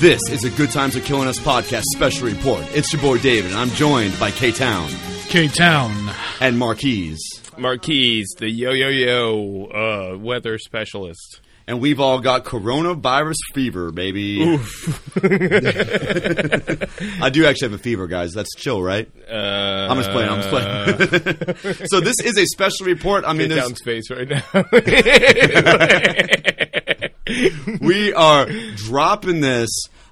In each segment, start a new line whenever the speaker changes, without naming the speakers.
This is a Good Times Are Killing Us podcast special report. It's your boy David, and I'm joined by K Town
K Town.
and Marquise.
Marquise, the yo yo yo uh, weather specialist.
And we've all got coronavirus fever, baby. I do actually have a fever, guys. That's chill, right?
Uh,
I'm just playing. I'm just playing. so this is a special report. I mean,
Get
there's,
down space right now.
we are dropping this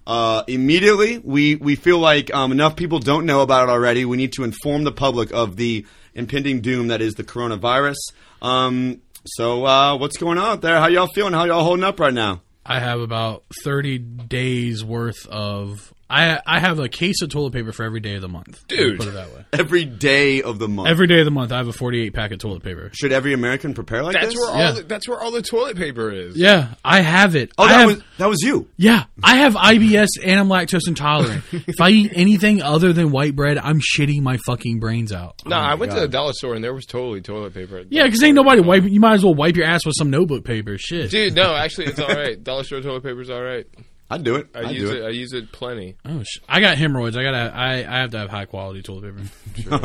uh, immediately. We we feel like um, enough people don't know about it already. We need to inform the public of the impending doom that is the coronavirus. Um, so uh, what's going on out there? How y'all feeling? How y'all holding up right now?
I have about thirty days worth of. I I have a case of toilet paper for every day of the month.
Dude.
put it that way.
Every day of the month.
Every day of the month, I have a forty-eight pack of toilet paper.
Should every American prepare like
that's
this?
where all
Yeah.
the, that's where all the toilet paper is.
Yeah, I have it.
oh,
I
that
have,
was that was you.
yeah, I have IBS and I'm lactose intolerant. if I eat anything other than white bread, I'm shitting my fucking brains out.
No, I went to the dollar store and there was totally toilet paper.
Yeah, because ain't nobody wipe. You might as well wipe your ass with some notebook paper. Shit.
Dude, no, actually, it's all right. Dollar store toilet paper's all right.
I'd do it.
I,
I'd
use
do
it.
it.
I use it plenty.
Oh, sh- I got hemorrhoids. I gotta. I, I have to have high quality toilet paper.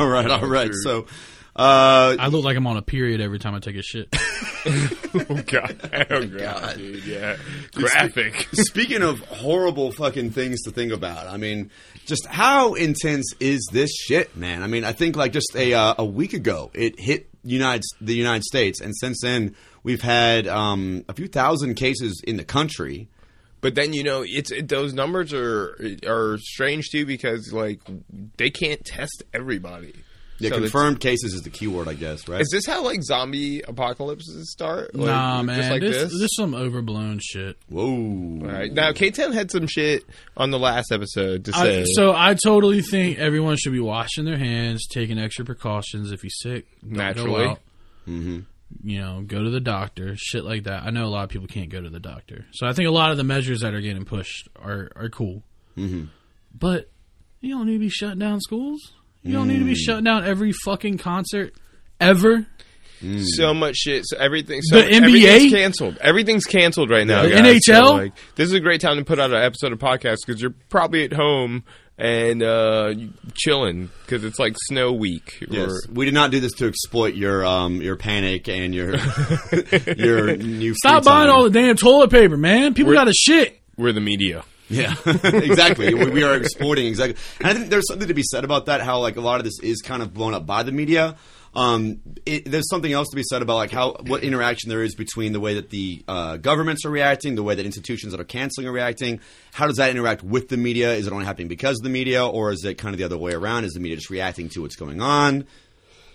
All right, all right. So, uh,
I look like I'm on a period every time I take a shit.
Oh god, oh god, dude, yeah, graphic.
Speaking of horrible fucking things to think about, I mean, just how intense is this shit, man? I mean, I think like just a uh, a week ago it hit United the United States, and since then we've had um, a few thousand cases in the country.
But then you know, it's it, those numbers are are strange too because like they can't test everybody.
Yeah,
So it's-
confirmed cases is the key word, I guess, right?
Is this how like zombie apocalypses start? Like,
nah,
just
man,
like
this,
this.
this is some overblown shit.
Whoa!
All right. Now, K10 had some shit on the last episode to
I,
say.
Uh, so I totally think everyone should be washing their hands, taking extra precautions. If you're sick, don't
Naturally. Mm-hmm.
go out. You know, go to the doctor, shit like that. I know a lot of people can't go to the doctor, so I think a lot of the measures that are getting pushed are are cool. Mm-hmm. But you don't need to be shutting down schools. You don't need to be
Mm.
shutting down every fucking concert ever.
Mm. so much shit. So everything.
The
So
NBA?
everything's canceled. Everything's canceled right now.
The
guys.
NHL?
So, like, this is a great time to put out an episode of podcast because you're probably at home and uh, chilling because it's like snow week.
Yes,
Or,
we did not do this to exploit your um, your panic and your your new.
Stop
free
buying
time.
all the damn toilet paper, man. People got to shit.
we're the media.
Yeah, exactly. we, we are exporting exactly, and I think there's something to be said about that. How like a lot of this is kind of blown up by the media. Um, it, there's something else to be said about like how what interaction there is between the way that the uh, governments are reacting, the way that institutions that are canceling are reacting. How does that interact with the media? Is it only happening because of the media, or is it kind of the other way around? Is the media just reacting to what's going on?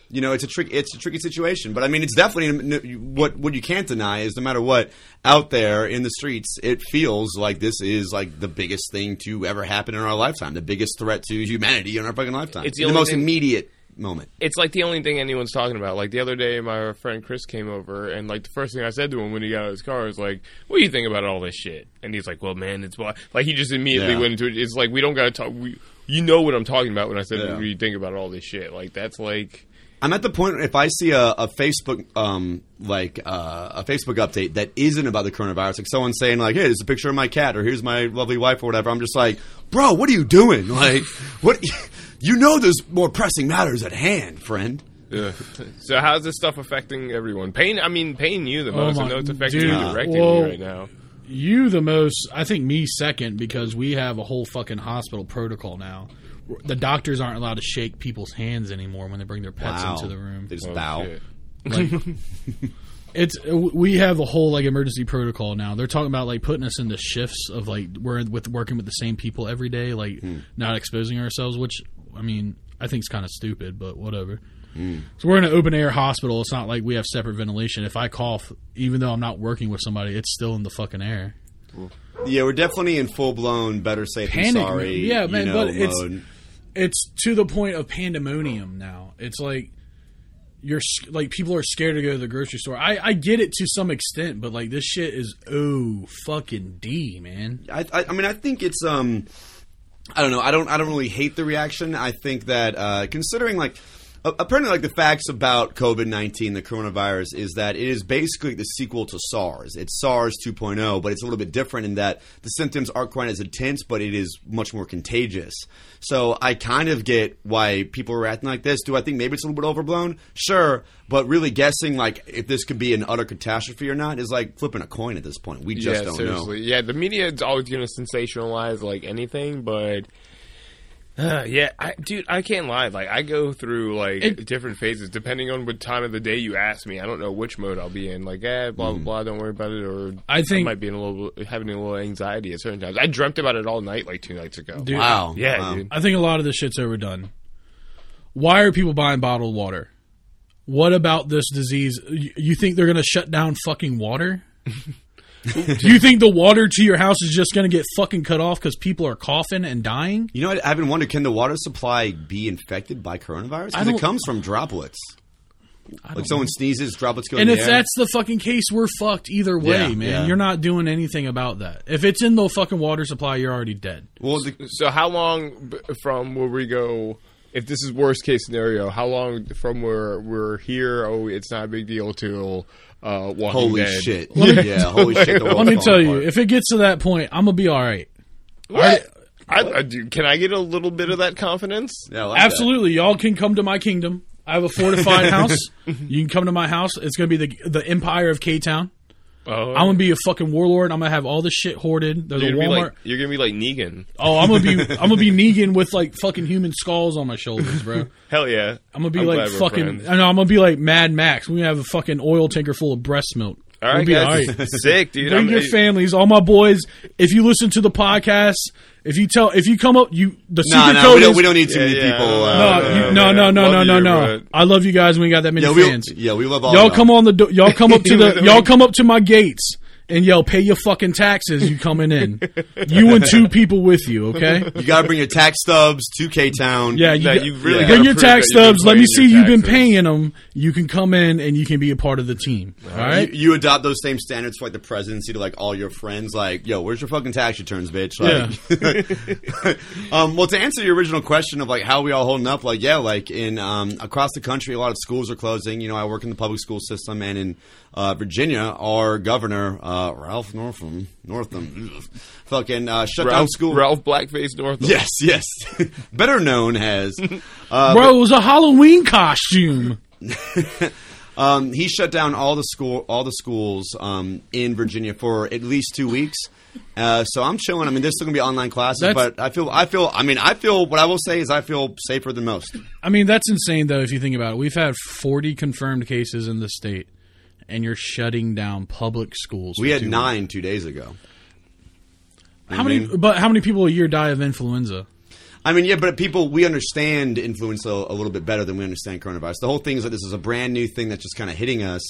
You know, it's a trick. It's a tricky situation, but I mean, it's definitely n- n- what what you can't deny is no matter what out there in the streets, it feels like this is like the biggest thing to ever happen in our lifetime, the biggest threat to humanity in our fucking lifetime.
It's the
the,
only
most
thing-
immediate moment.
it's like the only thing anyone's talking about. Like the other day, my friend Chris came over, and like the first thing I said to him when he got out of his car was like, "What do you think about all this shit?" And he's like, "Well, man, it's why." Like he just immediately
Yeah.
went into it. It's like we don't got to talk. We, you know what I'm talking about when I said,
Yeah.
"What do you think about all this shit?" Like that's like
I'm at the point if I see a, a Facebook um like uh, a Facebook update that isn't about the coronavirus, like someone saying like, "Hey, there's a picture of my cat," or "Here's my lovely wife," or whatever. I'm just like, "Bro, what are you doing? Like, what? You know, there's more pressing matters at hand, friend."
so. How's this stuff affecting everyone? Pain. I mean, pain you the most. I
Oh my-
know it's affecting
dude,
you directly
whoa.
right now.
You the most, I think me second because we have a whole fucking hospital protocol now. The doctors aren't allowed to shake people's hands anymore when they bring their pets
Wow.
into the room.
They just
Oh,
bow.
shit.
Like, it's we have a whole like emergency protocol now. They're talking about like putting us into shifts of like we're with working with the same people every day, like
Hmm.
not exposing ourselves. Which I mean, I think is kind of stupid, but whatever.
Hmm.
So we're in an open air hospital. It's not like we have separate ventilation. If I cough, even though I'm not working with somebody, it's still in the fucking air.
Yeah, we're definitely in full blown better safe
Panic
than
mode.
sorry.
Yeah, man,
you know,
but it's-
mode.
it's to the point of pandemonium now. It's like you're s- like people are scared to go to the grocery store. I I get it to some extent, but like this shit is oh fucking d man.
I, I, I mean, I think it's um, I don't know. I don't. I don't really hate the reaction. I think that uh, considering like. a- Apparently, like the facts about COVID nineteen, the coronavirus, is that it is basically the sequel to SARS. It's SARS 2.0, but it's a little bit different in that the symptoms aren't quite as intense, but it is much more contagious. So I kind of get why people are acting like this. Do I think maybe it's a little bit overblown? Sure, but really guessing like if this could be an utter catastrophe or not is like flipping a coin at this point. We just
yeah,
don't know.
seriously. Yeah, the media is always going to sensationalize like anything, but uh, yeah, I, dude, I can't lie. Like, I go through like
It-
different phases depending on what time of the day you ask me. I don't know which mode I'll be in. Like, eh, blah
Mm.
blah blah. Don't worry about it. Or
I think-
might be in a little having a little anxiety at certain times. I dreamt about it all night, like two nights ago.
Dude,
Wow.
Yeah,
Wow.
dude.
I think a lot of this shit's overdone. Why are people buying bottled water? What about this disease? You you think they're going to shut down fucking water? Do you think the water to your house is just going to get fucking cut off because people are coughing and dying?
You know, I- I've been wondering: can the water supply be infected by coronavirus?
I
Because it
don't-
comes from droplets. Like someone sneezes, droplets go
And
in
if
the air.
that's the fucking case, we're fucked either way,
Yeah,
man.
yeah.
You're not doing anything about that. If it's in the fucking water supply, you're already dead.
well, the,
So, how long b- from where we go? If this is worst case scenario, how long from where we're here? Oh, it's not a big deal till uh, Walking
holy
Dead.
shit! yeah, holy shit! The
Let me tell you, if it gets to that point, I'm going to be all right.
What? I, I, do- can I get a little bit of that confidence?
yeah, I like that.
Absolutely, y'all can come to my kingdom. I have a fortified house. You can come to my house. It's gonna be the the empire of K Town.
Oh,
I'm gonna be a fucking warlord. I'm gonna have all this shit hoarded. There's
you're
a
gonna,
Walmart.
be like, you're gonna be like Negan.
oh, I'm gonna be I'm gonna be Negan with like fucking human skulls on my shoulders, bro.
Hell yeah!
I'm gonna be
glad
like
we're
fucking.
friends.
I know. I'm gonna be like Mad Max. We have a fucking oil tanker full of breast milk.
All
we'll
right,
be
guys,
all right.
sick, dude.
Bring
I'm-
your families, all my boys. If you listen to the podcast, if you tell, if you come up, you the
No,
secret
no,
code
we don't.
is-
We don't need too
Yeah,
many
yeah.
people. Uh,
no,
Uh,
you-
yeah,
no, no, no,
yeah.
no,
Love
no,
you,
no.
but-
I love you guys. when We got that many
yeah, we,
fans.
yeah, we love all.
y'all
of
come on the do- y'all come up to
We
the
don't-
y'all come up to my gates and yell, "Pay your fucking taxes." You coming in? you and two people with you, okay?
You gotta bring your tax stubs to K Town.
Yeah,
No,
you,
you really
bring
gotta
your
prove
tax
that you've been
stubs. Let me see
paying your
you've been
taxes.
paying them. You can come in and you can be a part of the team. All right.
You, you adopt those same standards for like the presidency to like all your friends. Like, yo, where's your fucking tax returns, bitch? Like, um, well, to answer your original question of like how we all holding up, like yeah, like in um, across the country, a lot of schools are closing. You know, I work in the public school system, and in uh, Virginia, our governor uh, Ralph Northam, Northam, ugh, fucking uh, shut down
Ralph,
school.
Ralph Blackface North.
Yes, yes, better known as. Uh,
Bro, it was a Halloween costume.
Um, he shut down all the school, all the schools um, in Virginia for at least two weeks. Uh, so I'm chilling. I mean, there's still gonna be online classes,
That's-
but I feel, I feel, I mean, I feel. What I will say is, I feel safer than most.
I mean, that's insane though. If you think about it, we've had 40 confirmed cases in the state, and you're shutting down public schools.
We
for
had
two
nine two days ago.
How many? But how many people a year die of influenza?
I mean, yeah, but people, we understand influenza a little bit better than we understand coronavirus. The whole thing is that this is a brand new thing that's just kind of hitting us,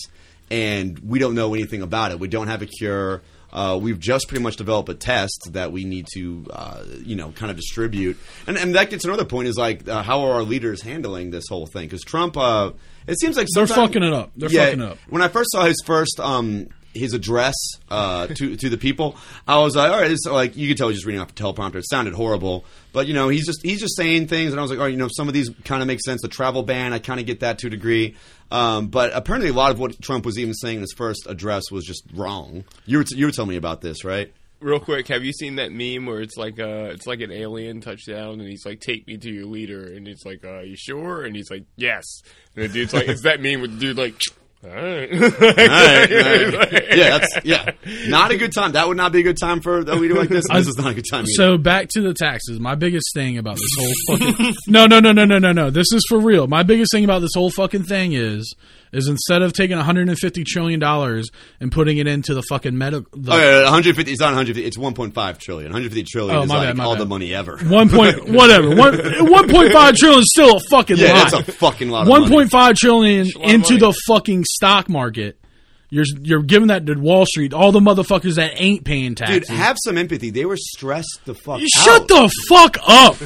and we don't know anything about it. We don't have a cure. Uh, we've just pretty much developed a test that we need to, uh, you know, kind of distribute. And, and that gets another point is like, uh, how are our leaders handling this whole thing? Because Trump, uh, it seems like
They're
sometime-
fucking it up. They're fucking it up.
when I first saw his first um his address uh, to to the people, I was like, all right, it's like you could tell he's just reading off a teleprompter. It sounded horrible, but you know he's just he's just saying things, and I was like, all right, you know, some of these kind of make sense. The travel ban, I kind of get that to a degree, um, but apparently a lot of what Trump was even saying in his first address was just wrong. You were t- you were telling me about this, right?
Real quick, have you seen that meme where it's like uh it's like an alien touchdown and he's like, "Take me to your leader," and it's like, uh, "You sure?" And he's like, "Yes." And the dude's like, "It's that meme with the dude like." All right.
All right, all right. yeah, that's yeah, not a good time. That would not be a good time for a leader like this. and This is not a good time. Either.
So back to the taxes. My biggest thing about this whole fucking no, no, no, no, no, no, no. This is for real. My biggest thing about this whole fucking thing is, is instead of taking 150 trillion dollars and putting it into the fucking medical, the
Oh, yeah, 150. It's not 150. It's 1.5 trillion. 150 trillion
Oh,
is
my
like
bad, my
all
bad.
the money ever.
one point whatever one one point five trillion is still a fucking
Yeah,
lot.
that's a fucking lot. Of
One
money.
point five trillion
lot of
into
money.
the fucking stock market You're you're giving that to Wall Street, all the motherfuckers that ain't paying
Dude,
taxes.
have some empathy. They were stressed the fuck
You
out.
Shut the fuck up.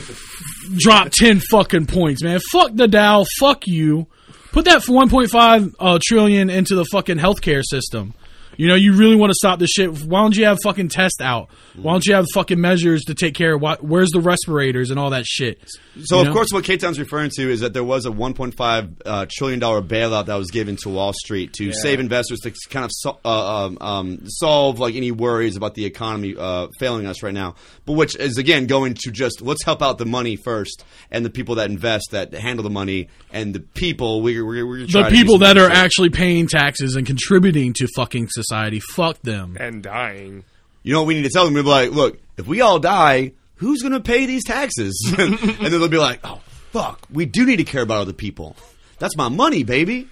Drop 10 fucking points, man. Fuck the Dow. Fuck you. Put that 1.5 uh, trillion into the fucking healthcare system. You know, you really want to stop this shit. Why don't you have fucking tests out? Why don't you have fucking measures to take care of why, where's the respirators and all that shit?
So
You
of
know?
course, what K Town's referring to is that there was a 1.5 uh, trillion dollar bailout that was given to Wall Street to save investors to kind of so- uh, um, um, solve like any worries about the economy uh, failing us right now. But which is again going to just let's help out the money first and the people that invest that handle the money and the people we, we, we're
The
trying to do
people that
something
are
to-
actually paying taxes and contributing to fucking society, fuck them.
and dying.
you know what we need to tell them we're like look if we all die who's going to pay these taxes and then they'll be like oh fuck we do need to care about other people that's my money baby.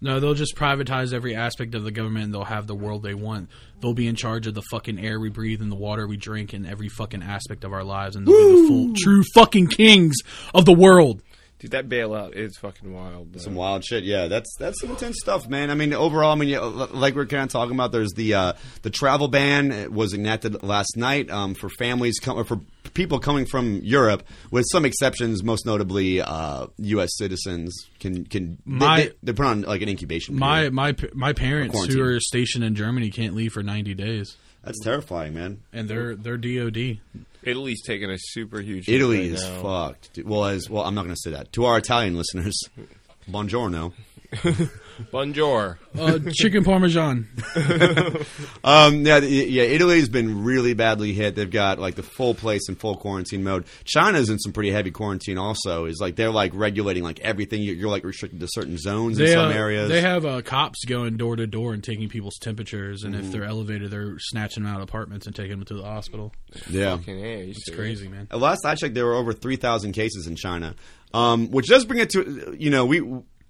No, they'll just privatize every aspect of the government and they'll have the world they want. They'll be in charge of the fucking air we breathe and the water we drink and every fucking aspect of our lives and they'll be the full true fucking kings of the world.
Dude, that bailout is fucking wild. though.
some wild shit. Yeah, that's that's some intense stuff, man. I mean, overall, I mean, yeah, l- like we're kind of talking about, there's the uh, the travel ban uh, was enacted last night um, for families com- or for people coming from Europe, with some exceptions, most notably uh, U.S. citizens can can they-
My-
they, they're put on like an incubation.
My
period.
my p- my parents who
Quarantine.
are stationed in Germany can't leave for 90 days
that's terrifying, man.
and they're they're DOD.
Italy's taking a super huge. hit
Italy
right
is
now.
fucked. dude. Well, as well, I'm not going to say that to our Italian listeners. Buongiorno.
Bonjour.
Uh, chicken parmesan.
Um, yeah, the- yeah. Italy's been really badly hit. They've got like the full place in full quarantine mode. China's in some pretty heavy quarantine. Also, is like they're like regulating like everything. You're, you're like restricted to certain zones
They,
in some
uh,
areas.
they have uh, cops going door to door and taking people's temperatures and
Mm-hmm.
if they're elevated they're snatching them out of apartments and taking them to the hospital.
yeah.
Fucking A, you see.
It's crazy, man.
Last I checked, there were over three thousand cases in China, um, which does bring it to you know we.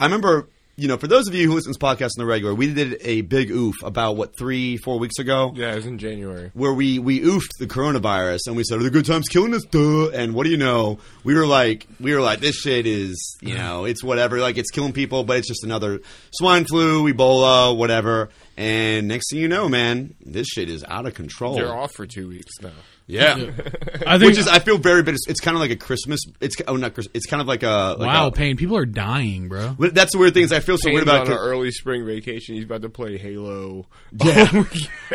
I remember you know for those of you who listen to this podcast on the regular, we did a big oof about what three four weeks ago.
Yeah, it was in January.
where we we oofed the coronavirus and we said, "Are the good times killing us?" Duh. And what do you know? We were like, we were like, this shit is, you know, it's whatever. Like it's killing people, but it's just another swine flu, Ebola, whatever. And next thing you know, man, this shit is out of control.
They're off for two weeks now.
Yeah.
I think
Which is, I feel very bit. It's kind of like a Christmas. It's oh, not Christmas. It's kind of like a like
wow,
a-
pain. People are dying, bro.
but that's the weird thing is I feel so weird
Shane's
about
on an early spring vacation. He's about to play Halo.
Yeah.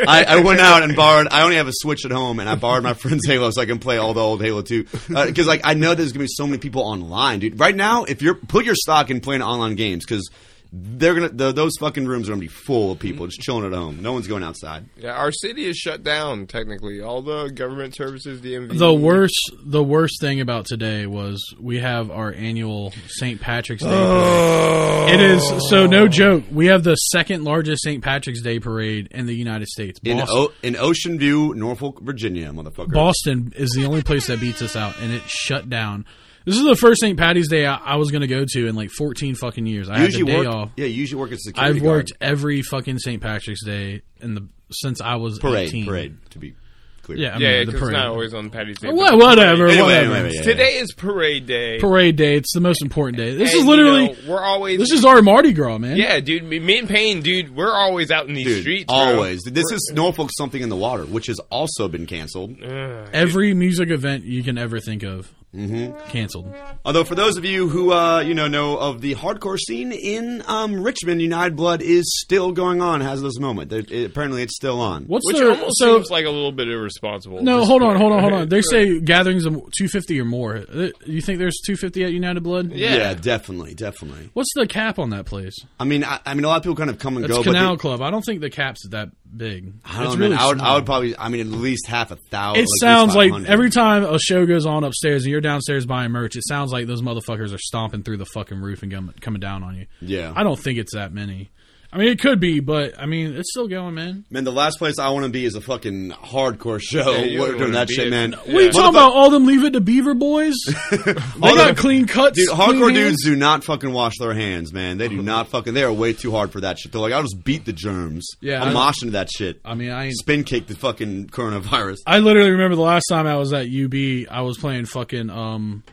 I, I went out and borrowed. I only have a Switch at home, and I borrowed my friend's Halo so I can play all the old Halo 2. Because like I know there's gonna be so many people online, dude. Right now, if you're put your stock in playing online games, because they're gonna th those fucking rooms are gonna be full of people just chilling at home. No one's going outside.
Yeah, our city is shut down technically. All the government services, DMV.
The worst, the worst thing about today was we have our annual St. Patrick's Day.
Oh.
Parade.
Uh,
It is so no joke. We have the second largest St. Patrick's Day parade in the United States.
In
Boston,
o- in Ocean View, Norfolk, Virginia, motherfucker.
Boston is the only place that beats us out, and it shut down. This is the first St. Patty's Day I, I was going to go to in like 14 fucking years. I
You
had the
usually
day
work.
off.
Yeah, you usually work as a security
I've worked
guard.
every fucking St. Patrick's Day in the since I was
parade.
18.
Parade to be clear.
Yeah, I
Yeah,
mean, the
because it's
parade.
not always on Patty's Day.
Wha-
but-
whatever,
Anyway,
whatever.
anyway, yeah, yeah.
Today is parade day.
parade day. It's the most important day. This
And,
is
you
literally
know, we're always
this is our Mardi Gras, man.
yeah, dude. Me, me and Payne, dude, we're always out in these
Dude,
streets. bro.
always. This is Norfolk something in the water, which has also been canceled.
Every music event you can ever think of
Mm-hmm.
canceled.
Although for those of you who uh, you know know of the hardcore scene in um, Richmond, United Blood is still going on. Has this moment? They- it- apparently, it's still on.
What's
which
the
almost
so?
seems like a little bit irresponsible.
no,
Just-
hold on, hold on, hold on. They say gatherings of 250 or more. Uh, You think there's 250 at United Blood?
Yeah.
Yeah.
definitely, definitely.
What's the cap on that place?
I mean, I, I mean, a lot of people kind of come and
It's
go,
Canal
but
Club. I don't think the cap's that big.
they, I don't
it's
know. man.
really
I, would, I
small.
would probably. I mean, at least half a thousand.
It sounds like every time a show goes on upstairs and you're downstairs buying merch, it sounds like those motherfuckers are stomping through the fucking roof and gum- coming down on you.
Yeah.
I don't think it's that many. I mean, it could be, but I mean, it's still going, man.
Man, the last place I want to be is a fucking hardcore show.
Yeah, you
We're
wouldn't
doing
wanna
that
be
shit,
it.
man.
What are you
Motherfuck-
talking about? All them leave it to Beaver boys? they got clean cuts.
Dude,
clean
hardcore
hands.
dudes do not fucking wash their hands, man. They do not fucking. They are way too hard for that shit. They're like, I'll just beat the germs.
Yeah,
I'm
I-
moshing to that shit.
I mean, I ain't.
spin kick the fucking coronavirus.
I literally remember the last time I was at UB, I was playing fucking um,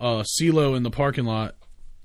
uh, CeeLo in the parking lot,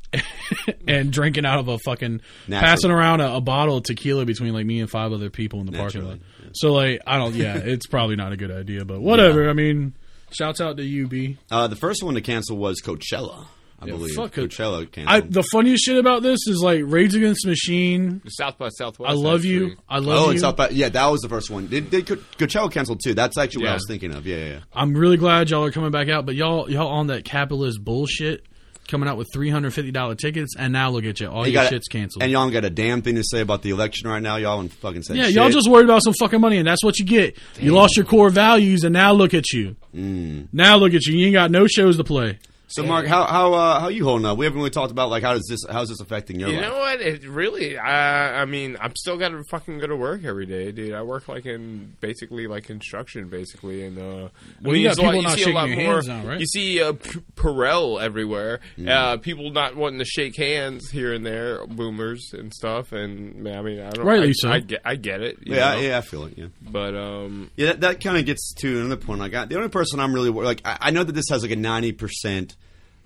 and drinking out of a fucking
Naturally.
passing around a, a bottle of tequila between like me and five other people in the
Naturally,
parking lot. So like I don't. Yeah, it's probably not a good idea, but whatever. I mean, shouts out to you, B.
Uh, the first one to cancel was Coachella, I believe.
fuck it.
Coachella
I,
canceled.
the funniest shit about this is like Rage Against the Machine.
South by Southwest.
I love you.
actually.
I love
oh,
you.
and South by yeah, that was the first one. Did, did Co- Coachella canceled too? That's actually what I
Yeah.
was thinking of. Yeah, yeah. yeah.
I'm really glad y'all are coming back out, but y'all y'all on that capitalist bullshit, coming out with three hundred fifty dollar tickets, and now look at you, all
You
your
got-
shit's canceled.
And y'all don't got a damn thing to say about the election right now. Y'all and fucking say
yeah,
shit.
y'all just worried about some fucking money, and that's what you get. You lost your core values, and now look at you.
Mm.
Now look at you. You ain't got no shows to play.
So Mark, how how uh, how you holding up? We haven't really talked about like how does this how's this affecting your
You
life?
know what? It really. I I mean, I'm still got to fucking go to work every day, dude. I work like in basically like construction, basically, and uh, I
Well, you got
it's a lot-
people not
see a lot
shaking your
more-
hands now, right?
You see uh, P- Perel everywhere. Uh, people not wanting to shake hands here and there, boomers and stuff. And I mean, I don't.
Rightly
I,
so.
I get, I get it. you
yeah, I-
know?
yeah, I feel it. Yeah.
But um,
Yeah, that, that kind of gets to another point. Like, I, the only person I'm really wor- like, I, I know that this has like a ninety percent,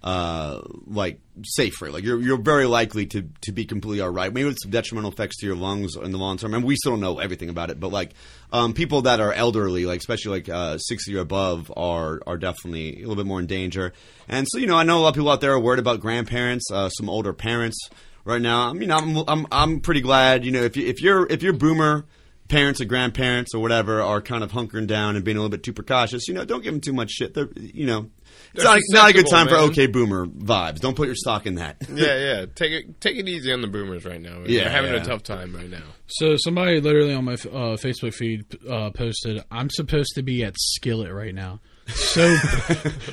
uh, like safe rate. Like, you're you're very likely to to be completely all right. Maybe with some detrimental effects to your lungs in the long term. And we still don't know everything about it, but like, um, people that are elderly, like especially like uh, sixty or above, are are definitely a little bit more in danger. And so, you know, I know a lot of people out there are worried about grandparents, uh, some older parents. Right now, I mean, I'm I'm I'm pretty glad. You know, if you, if you're if you're boomer parents or grandparents or whatever are kind of hunkering down and being a little bit too precautious, you know, don't give them too much shit. They're, you know, it's not, it's not a good time for
susceptible, man.
okay boomer vibes. Don't put your stock in that.
yeah, yeah. Take it, take it easy on the boomers right now.
Yeah,
They're having
yeah.
a tough time right now.
So somebody literally on my f- uh, Facebook feed uh, posted, "I'm supposed to be at Skillet right now." So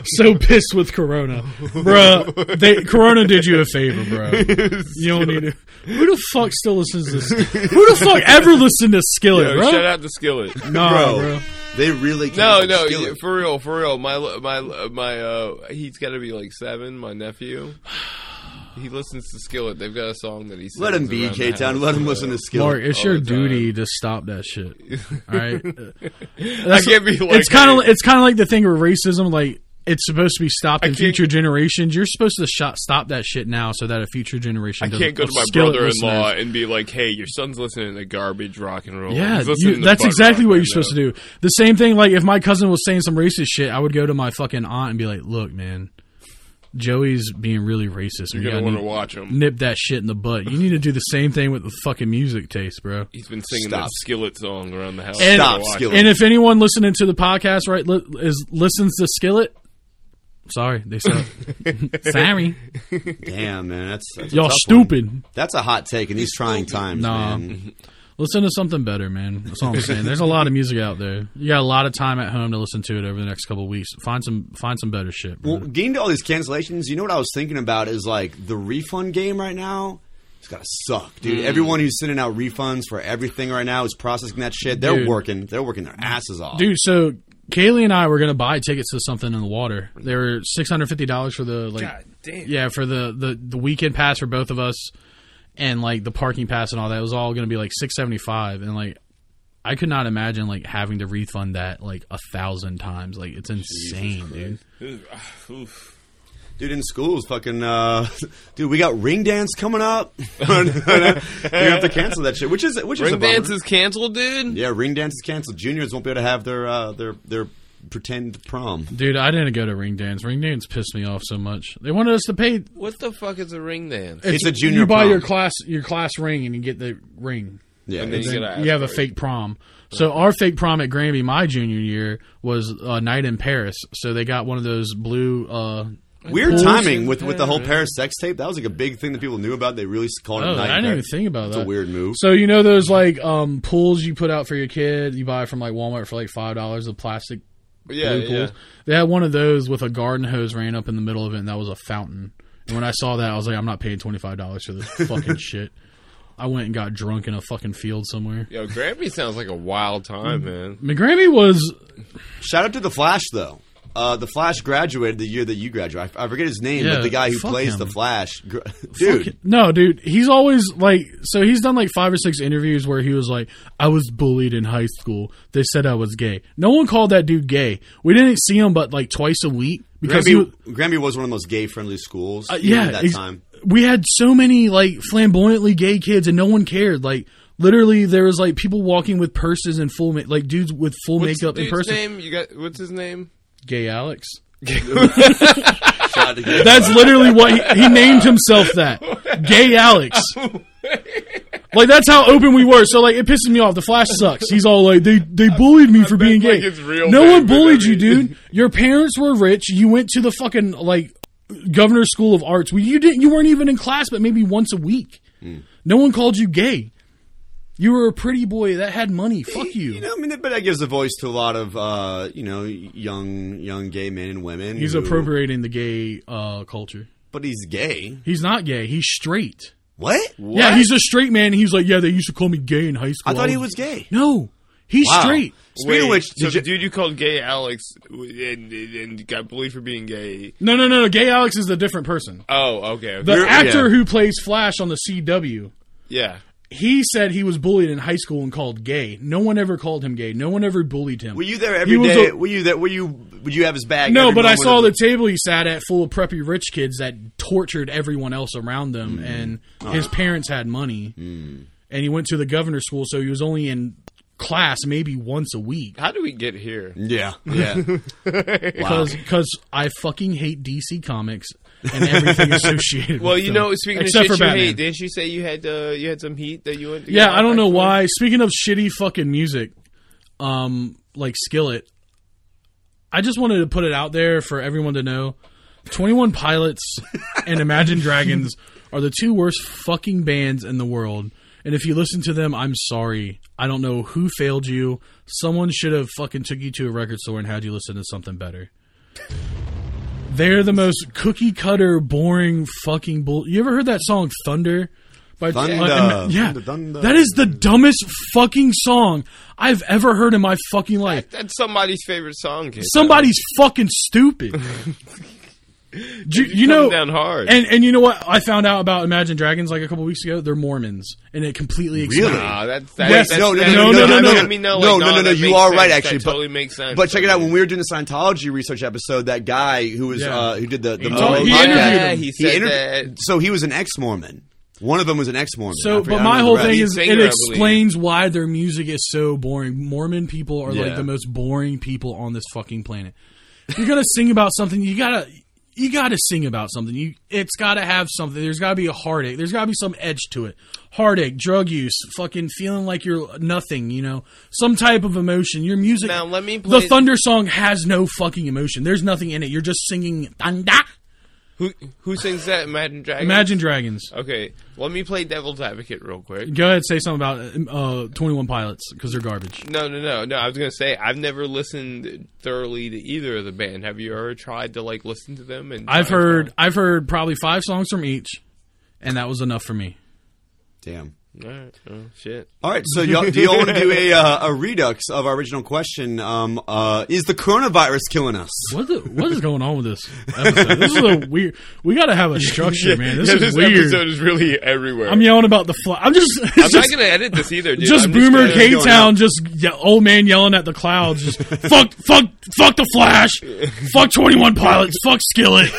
so pissed with Corona, bruh. They, Corona did you a favor, bro. You don't need to. Who the fuck still listens to? Skillet? Who the fuck ever listened to Skillet,
Yo,
bro?
shout out to Skillet.
Nah,
bro,
Oh, bro.
they really
No,
can't
no,
steal
yeah,
it.
for real, for real. My my my uh, he's got to be like seven. My nephew, he listens to Skillet. They've got a song that he sings
Let him be
around the
K Town.
house.
Let him listen to skill.
Mark, it's
all
your
the time.
duty to stop that shit. All right,
I can't be like
it's kind of it's kind of like the thing with racism. Like it's supposed to be stopped in
can't-
future generations. You're supposed to shot, stop that shit now, so that a future generation
I
doesn't
can't go to
of
my
skillet
brother-in-law
listeners.
and be like, "Hey, your son's listening to garbage rock and roll."
Yeah,
He's listening
you,
to
that's
butt
exactly
rock
what
right
you're supposed
now."
to do. The same thing, like if my cousin was saying some racist shit, I would go to my fucking aunt and be like, "Look, man, Joey's being really racist. and
You're gonna
gotta
want
nip-
to watch him.
nip that shit in the butt. You need to do the same thing with the fucking music taste, bro."
He's been singing
Stop.
that Skillet song around the house.
And-
Stop,
Gotta watch
Skillet.
him.
And if anyone listening to the podcast right li- is listens to Skillet, sorry, they suck. sorry,
Damn, man, that's, that's a
y'all
tough
stupid.
one. That's a hot take in these trying times,
Nah.
man.
Listen to something better, man. That's all I'm saying. There's a lot of music out there. You got a lot of time at home to listen to it over the next couple of weeks. Find some find some better shit.
Well,
Bro.
getting to all these cancellations, you know what I was thinking about is like the refund game right now. It's gotta suck,
Mm.
dude. Everyone who's sending out refunds for everything right now is processing that shit. They're
Dude.
working. They're working their asses off.
Dude, so Kaylee and I were gonna buy tickets to something in the water. They were six hundred fifty dollars for the like
God damn.
Yeah, for the, the the weekend pass for both of us and like the parking pass and all that. It was all gonna be like six seventy five and like I could not imagine like having to refund that like a thousand times. Like it's insane, dude.
Oof.
Dude, in schools, fucking, uh, dude, we got ring dance coming up. you have to cancel that shit, which is which is a
Ring
bummer.
dance is canceled, dude.
yeah, ring dance is canceled. Juniors won't be able to have their uh, their their pretend prom.
Dude, I didn't go to ring dance. Ring dance pissed me off so much. They wanted us to pay
What the fuck is a ring dance?
It's a junior
You buy
prom.
your class your class ring and you get the ring.
Yeah,
And then
it's-
you gotta
you have a
ask for
fake prom. So our fake prom at Granby my junior year was a night in Paris. So they got one of those blue. Uh,
weird
pools.
timing with with the whole Paris sex tape. That was like a big thing that people knew about. They really called it.
Oh,
a night
I
in
didn't even
Paris.
think about
It's
that.
a weird move.
So you know those like um, pools you put out for your kid. You buy from like Walmart for like five dollars. The plastic
Yeah,
blue
yeah.
pools. They had one of those with a garden hose ran up in the middle of it, and that was a fountain. And when I saw that, I was like, I'm not paying twenty five dollars for this fucking shit. I went and got drunk in a fucking field somewhere.
Yo, Grammy sounds like a wild time,
Mm-hmm.
man.
McGrammy was
Shout out to the Flash though. Uh, the Flash graduated the year that you graduated. I, I forget his name,
Yeah,
but the guy who
fuck
plays
him.
the Flash, gr- dude.
No, dude, he's always like so he's done like five or six interviews where he was like, I was bullied in high school. They said I was gay. No one called that dude gay. We didn't see him but like twice a week because he
Granby,
was,
Granby was one of the most gay friendly schools.
uh,
even
yeah,
at that
he's-
time.
we had so many like flamboyantly gay kids, and no one cared. Like literally, there was like people walking with purses and full ma- like dudes with full
What's
makeup
the
in
dude's
person.
name? You got what's his name?
Gay Alex.
Shot again.
That's literally what he, he named himself. That Gay Alex. Like that's how open we were. So like it pisses me off. The Flash sucks. He's all like they they bullied me for being
like
gay.
it's real
no
bad,
one
but I
bullied you,
mean-
dude. Your parents were rich. You went to the fucking like governor's school of arts. Well, you didn't. You weren't even in class, but maybe once a week.
Hmm.
No one called you gay. You were a pretty boy that had money. Fuck you.
You know, I mean, but that gives a voice to a lot of uh, you know young young gay men and women.
He's
who-
appropriating the gay uh, culture.
but he's gay.
He's not gay. He's straight.
What?
Yeah,
What?
he's a straight man. He's like, yeah, they used to call me gay in high school.
I thought he was gay.
No, he's
Wow.
straight.
Speaking of
Wait,
which,
so
did
the
you-
dude you called gay Alex and, and got bullied for being gay.
No, no, no, no. Gay Alex is a different person.
Oh, okay, okay.
The
You're-
actor
yeah.
who plays Flash on the CW,
yeah.
he said he was bullied in high school and called gay. No one ever called him gay. No one ever bullied him.
were you there every
was
day?
a-
were you there? Were you? Would you have his bag?
no,
every
but I
moment
saw
of
the table he sat at full of preppy rich kids that tortured everyone else around
Mm-hmm.
them, and
Uh-huh.
his parents had money,
Mm.
and he went to the governor's school, so he was only in class maybe once a week.
How do we get here?
Yeah, yeah. wow.
Because I fucking hate DC Comics and everything associated.
Well,
with
you
them.
know, speaking
Except
of shit
for
you
Batman.
hate, didn't you say you had uh, you had some heat that you went? To
Yeah,
get
I don't know
back for?
why. Speaking of shitty fucking music, um, like Skillet, I just wanted to put it out there for everyone to know. Twenty One Pilots and Imagine Dragons are the two worst fucking bands in the world. And if you listen to them, I'm sorry. I don't know who failed you. Someone should have fucking took you to a record store and had you listen to something better. They're the most cookie cutter, boring fucking bull. You ever heard that song Thunder? By
Thunder.
uh, yeah,
Thunder, thunder.
that is the dumbest fucking song I've ever heard in my fucking life.
That's somebody's favorite song. Kid.
Somebody's fucking stupid. you, you know,
Coming down hard.
and and you know what? I found out about Imagine Dragons like a couple weeks ago. They're Mormons, and it completely explained.
Really?
Nah, that's, that,
Yes,
that's,
no, no,
that-
no, no,
I
no,
mean,
no.
I mean, no,
No,
like,
no, no, no,
that
you
makes
are
sense.
right, actually,
That
but-
totally makes sense.
But check it out. When we were doing the Scientology research episode, that guy who was
Yeah.
uh, who did the the
He
Mormon
told- he
podcast,
interviewed him.
He said
inter-
that.
So he was an ex Mormon. One of them was an ex Mormon.
So, but my whole thing is
Singer, I
it
believe.
explains why their music is so boring. Mormon people are like
Yeah.
the most boring people on this fucking planet. You're gonna sing about something. You gotta, you gotta sing about something. You, it's gotta have something. There's gotta be a heartache. There's gotta be some edge to it. Heartache, drug use, fucking feeling like you're nothing. You know, some type of emotion. Your music.
Now, let me
The
play-
thunder song has no fucking emotion. There's nothing in it. You're just singing thunder.
Who who sings that? Imagine Dragons.
Imagine Dragons.
Okay, let me play Devil's Advocate real quick.
Go ahead, say something about uh, Twenty One Pilots because they're garbage.
No, no, no, no. I was gonna say I've never listened thoroughly to either of the band. Have you ever tried to like listen to them? And
I've
try and
heard I've heard probably five songs from each, and that was enough for me.
Damn.
find- All right. Oh shit.
All right, so y'all, do you all want to do a, uh, a redux of our original question? Um, uh, is the coronavirus killing us?
What the, what is going on with this episode? This is a weird. We got to have a structure, man. This
Yeah,
is
this
weird.
episode is really everywhere.
I'm yelling about the fly. I'm just it's
I'm
just,
not gonna edit this either, dude.
just
I'm
boomer
gonna-
K-
K Town, just ye- old man yelling at the clouds, just fuck, fuck, fuck the Flash, fuck Twenty One Pilots, fuck Skillet.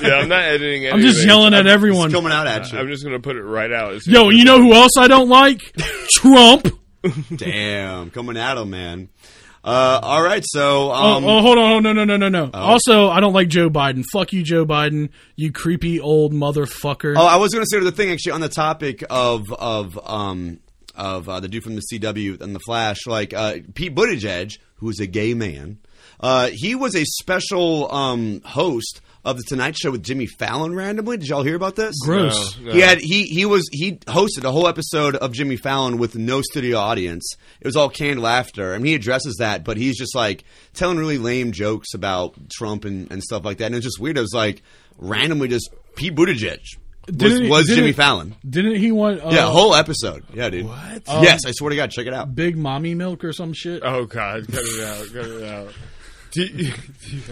Yeah, I'm not editing. Anything.
I'm just yelling at everyone.
Coming out at
Uh,
I'm
you.
just gonna put it right out. as soon
Yo,
as-
you know who else I don't like? Trump.
Damn, coming at him, man. Uh, all right, so
Oh,
um,
oh, hold on. Oh, no, no, no, no, no. Also, I don't like Joe Biden. Fuck you, Joe Biden. You creepy old motherfucker.
Oh, I was going to say the thing actually on the topic of of um of uh, the dude from the CW and the Flash, like uh, Pete Buttigieg, who is a gay man. Uh, he was a special um, host of the Tonight Show with Jimmy Fallon. Randomly, did y'all hear about this?
Gross.
No, no.
He had he he was he hosted a whole episode of Jimmy Fallon with no studio audience. It was all canned laughter. I mean, he addresses that, but he's just like telling really lame jokes about Trump and, and stuff like that. And it's just weird. It was like randomly just Pete Buttigieg was,
Didn't he-
was
didn't-
Jimmy Fallon.
Didn't he want uh,
Yeah, whole episode. Yeah, dude. What? yes, I swear to God, check it out. Oh.
big mommy milk or some shit?
Oh god, cut it out, cut it out. Do you,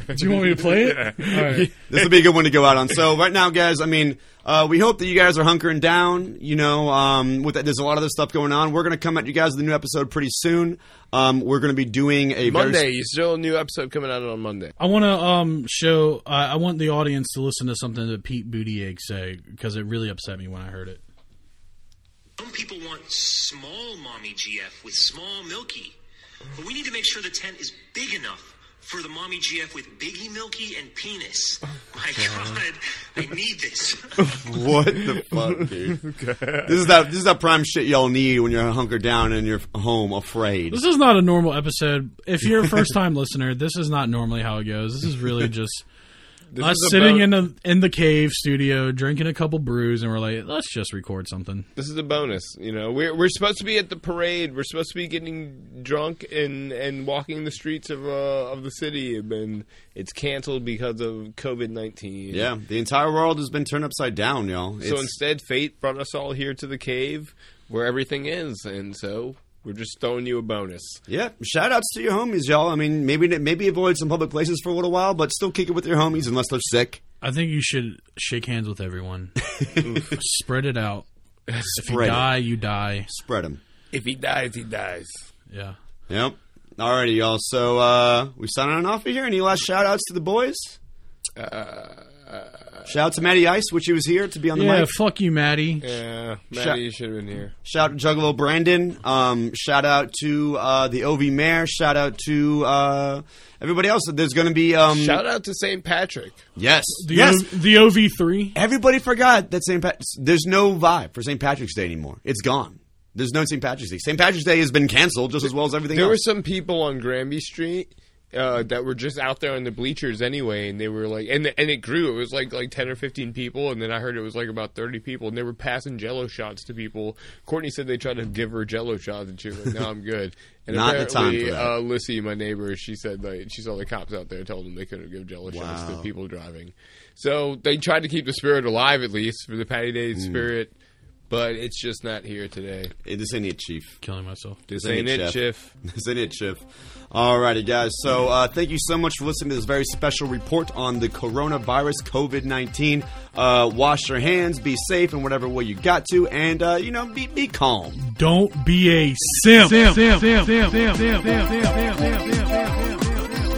Do you want me to play it? All right.
This would be a good one to go out on. So right now, guys, I mean, uh, we hope that you guys are hunkering down. You know, um, with that, there's a lot of this stuff going on. We're going to come at you guys with a new episode pretty soon. Um, we're going to be doing a
Monday,
Very,
you still a new episode coming out on Monday.
I want to um show. I I want the audience to listen to something that Pete Buttigieg said because it really upset me when I heard it.
Some people want small mommy GF with small milky, but we need to make sure the tent is big enough for the mommy GF with biggie milky and penis. My God, I need this.
what the fuck, dude? This is that this is that prime shit y'all need when you're hunkered down in your home, afraid.
This is not a normal episode. If you're a first time listener, this is not normally how it goes. This is really just
This
us
is
sitting
about-
in a in the cave studio drinking a couple brews, and we're like, let's just record something.
This is a bonus, you know. We're we're supposed to be at the parade. We're supposed to be getting drunk and and walking the streets of uh, of the city, and it's canceled because of COVID nineteen.
Yeah, the entire world has been turned upside down, y'all.
So
It's-
instead, fate brought us all here to the cave where everything is, and so we're just throwing you a bonus.
yeah, shout outs to your homies, y'all. I mean, maybe maybe avoid some public places for a little while, but still kick it with your homies unless they're sick.
I think you should shake hands with everyone. Spread it out. if you
Spread it.
die, you die.
Spread them.
If he dies, he dies.
Yeah.
Yep. Alrighty, y'all. So uh, we signing on off of here. Any last shout outs to the boys? shout out to Matty Ice, which he was here to be on the
Uh, Yeah.
mic.
Fuck you, Maddie.
Yeah, Maddie,
Shut-
you should have been here.
Shout out to Juggalo Brandon. Um, shout out to uh, the OV Mayor. Shout out to uh, everybody else. There's going to be um,
Shout out to St. Patrick.
yes,
The
yes.
O- the OV three.
everybody forgot that St. Pat. There's no vibe for St. Patrick's Day anymore. It's gone. There's no St. Patrick's Day. St. Patrick's Day has been canceled, just as well as everything
There were
else.
some people on Granby Street uh, that were just out there on the bleachers anyway, and they were like, and and it grew. It was like like ten or fifteen people, and then I heard it was like about thirty people, and they were passing Jello shots to people. Courtney said they tried to give her Jello shots, and she was like, "No, I'm good." And
Not the time for
apparently,
that.
Uh, Lissy, my neighbor, she said like she saw the cops out there, told them they couldn't give Jello shots to
Wow.
people driving. So they tried to keep the spirit alive at least for the Patty
Hmm.
Day spirit. But it's just not here today.
Hey, this ain't it, Chief.
Killing myself.
This
Ain't
ain't
it,
it,
Chef.
Chiff.
That's in it, Chip. Alrighty, guys. So uh, thank you so much for listening to this very special report on the coronavirus COVID nineteen. Uh, wash your hands, be safe in whatever way you got to, and uh, you know, be be calm.
Don't be a simp. Simp. Simp. Simp. Simp. Simp. Simp. Simp. Simp. Simp. Simp.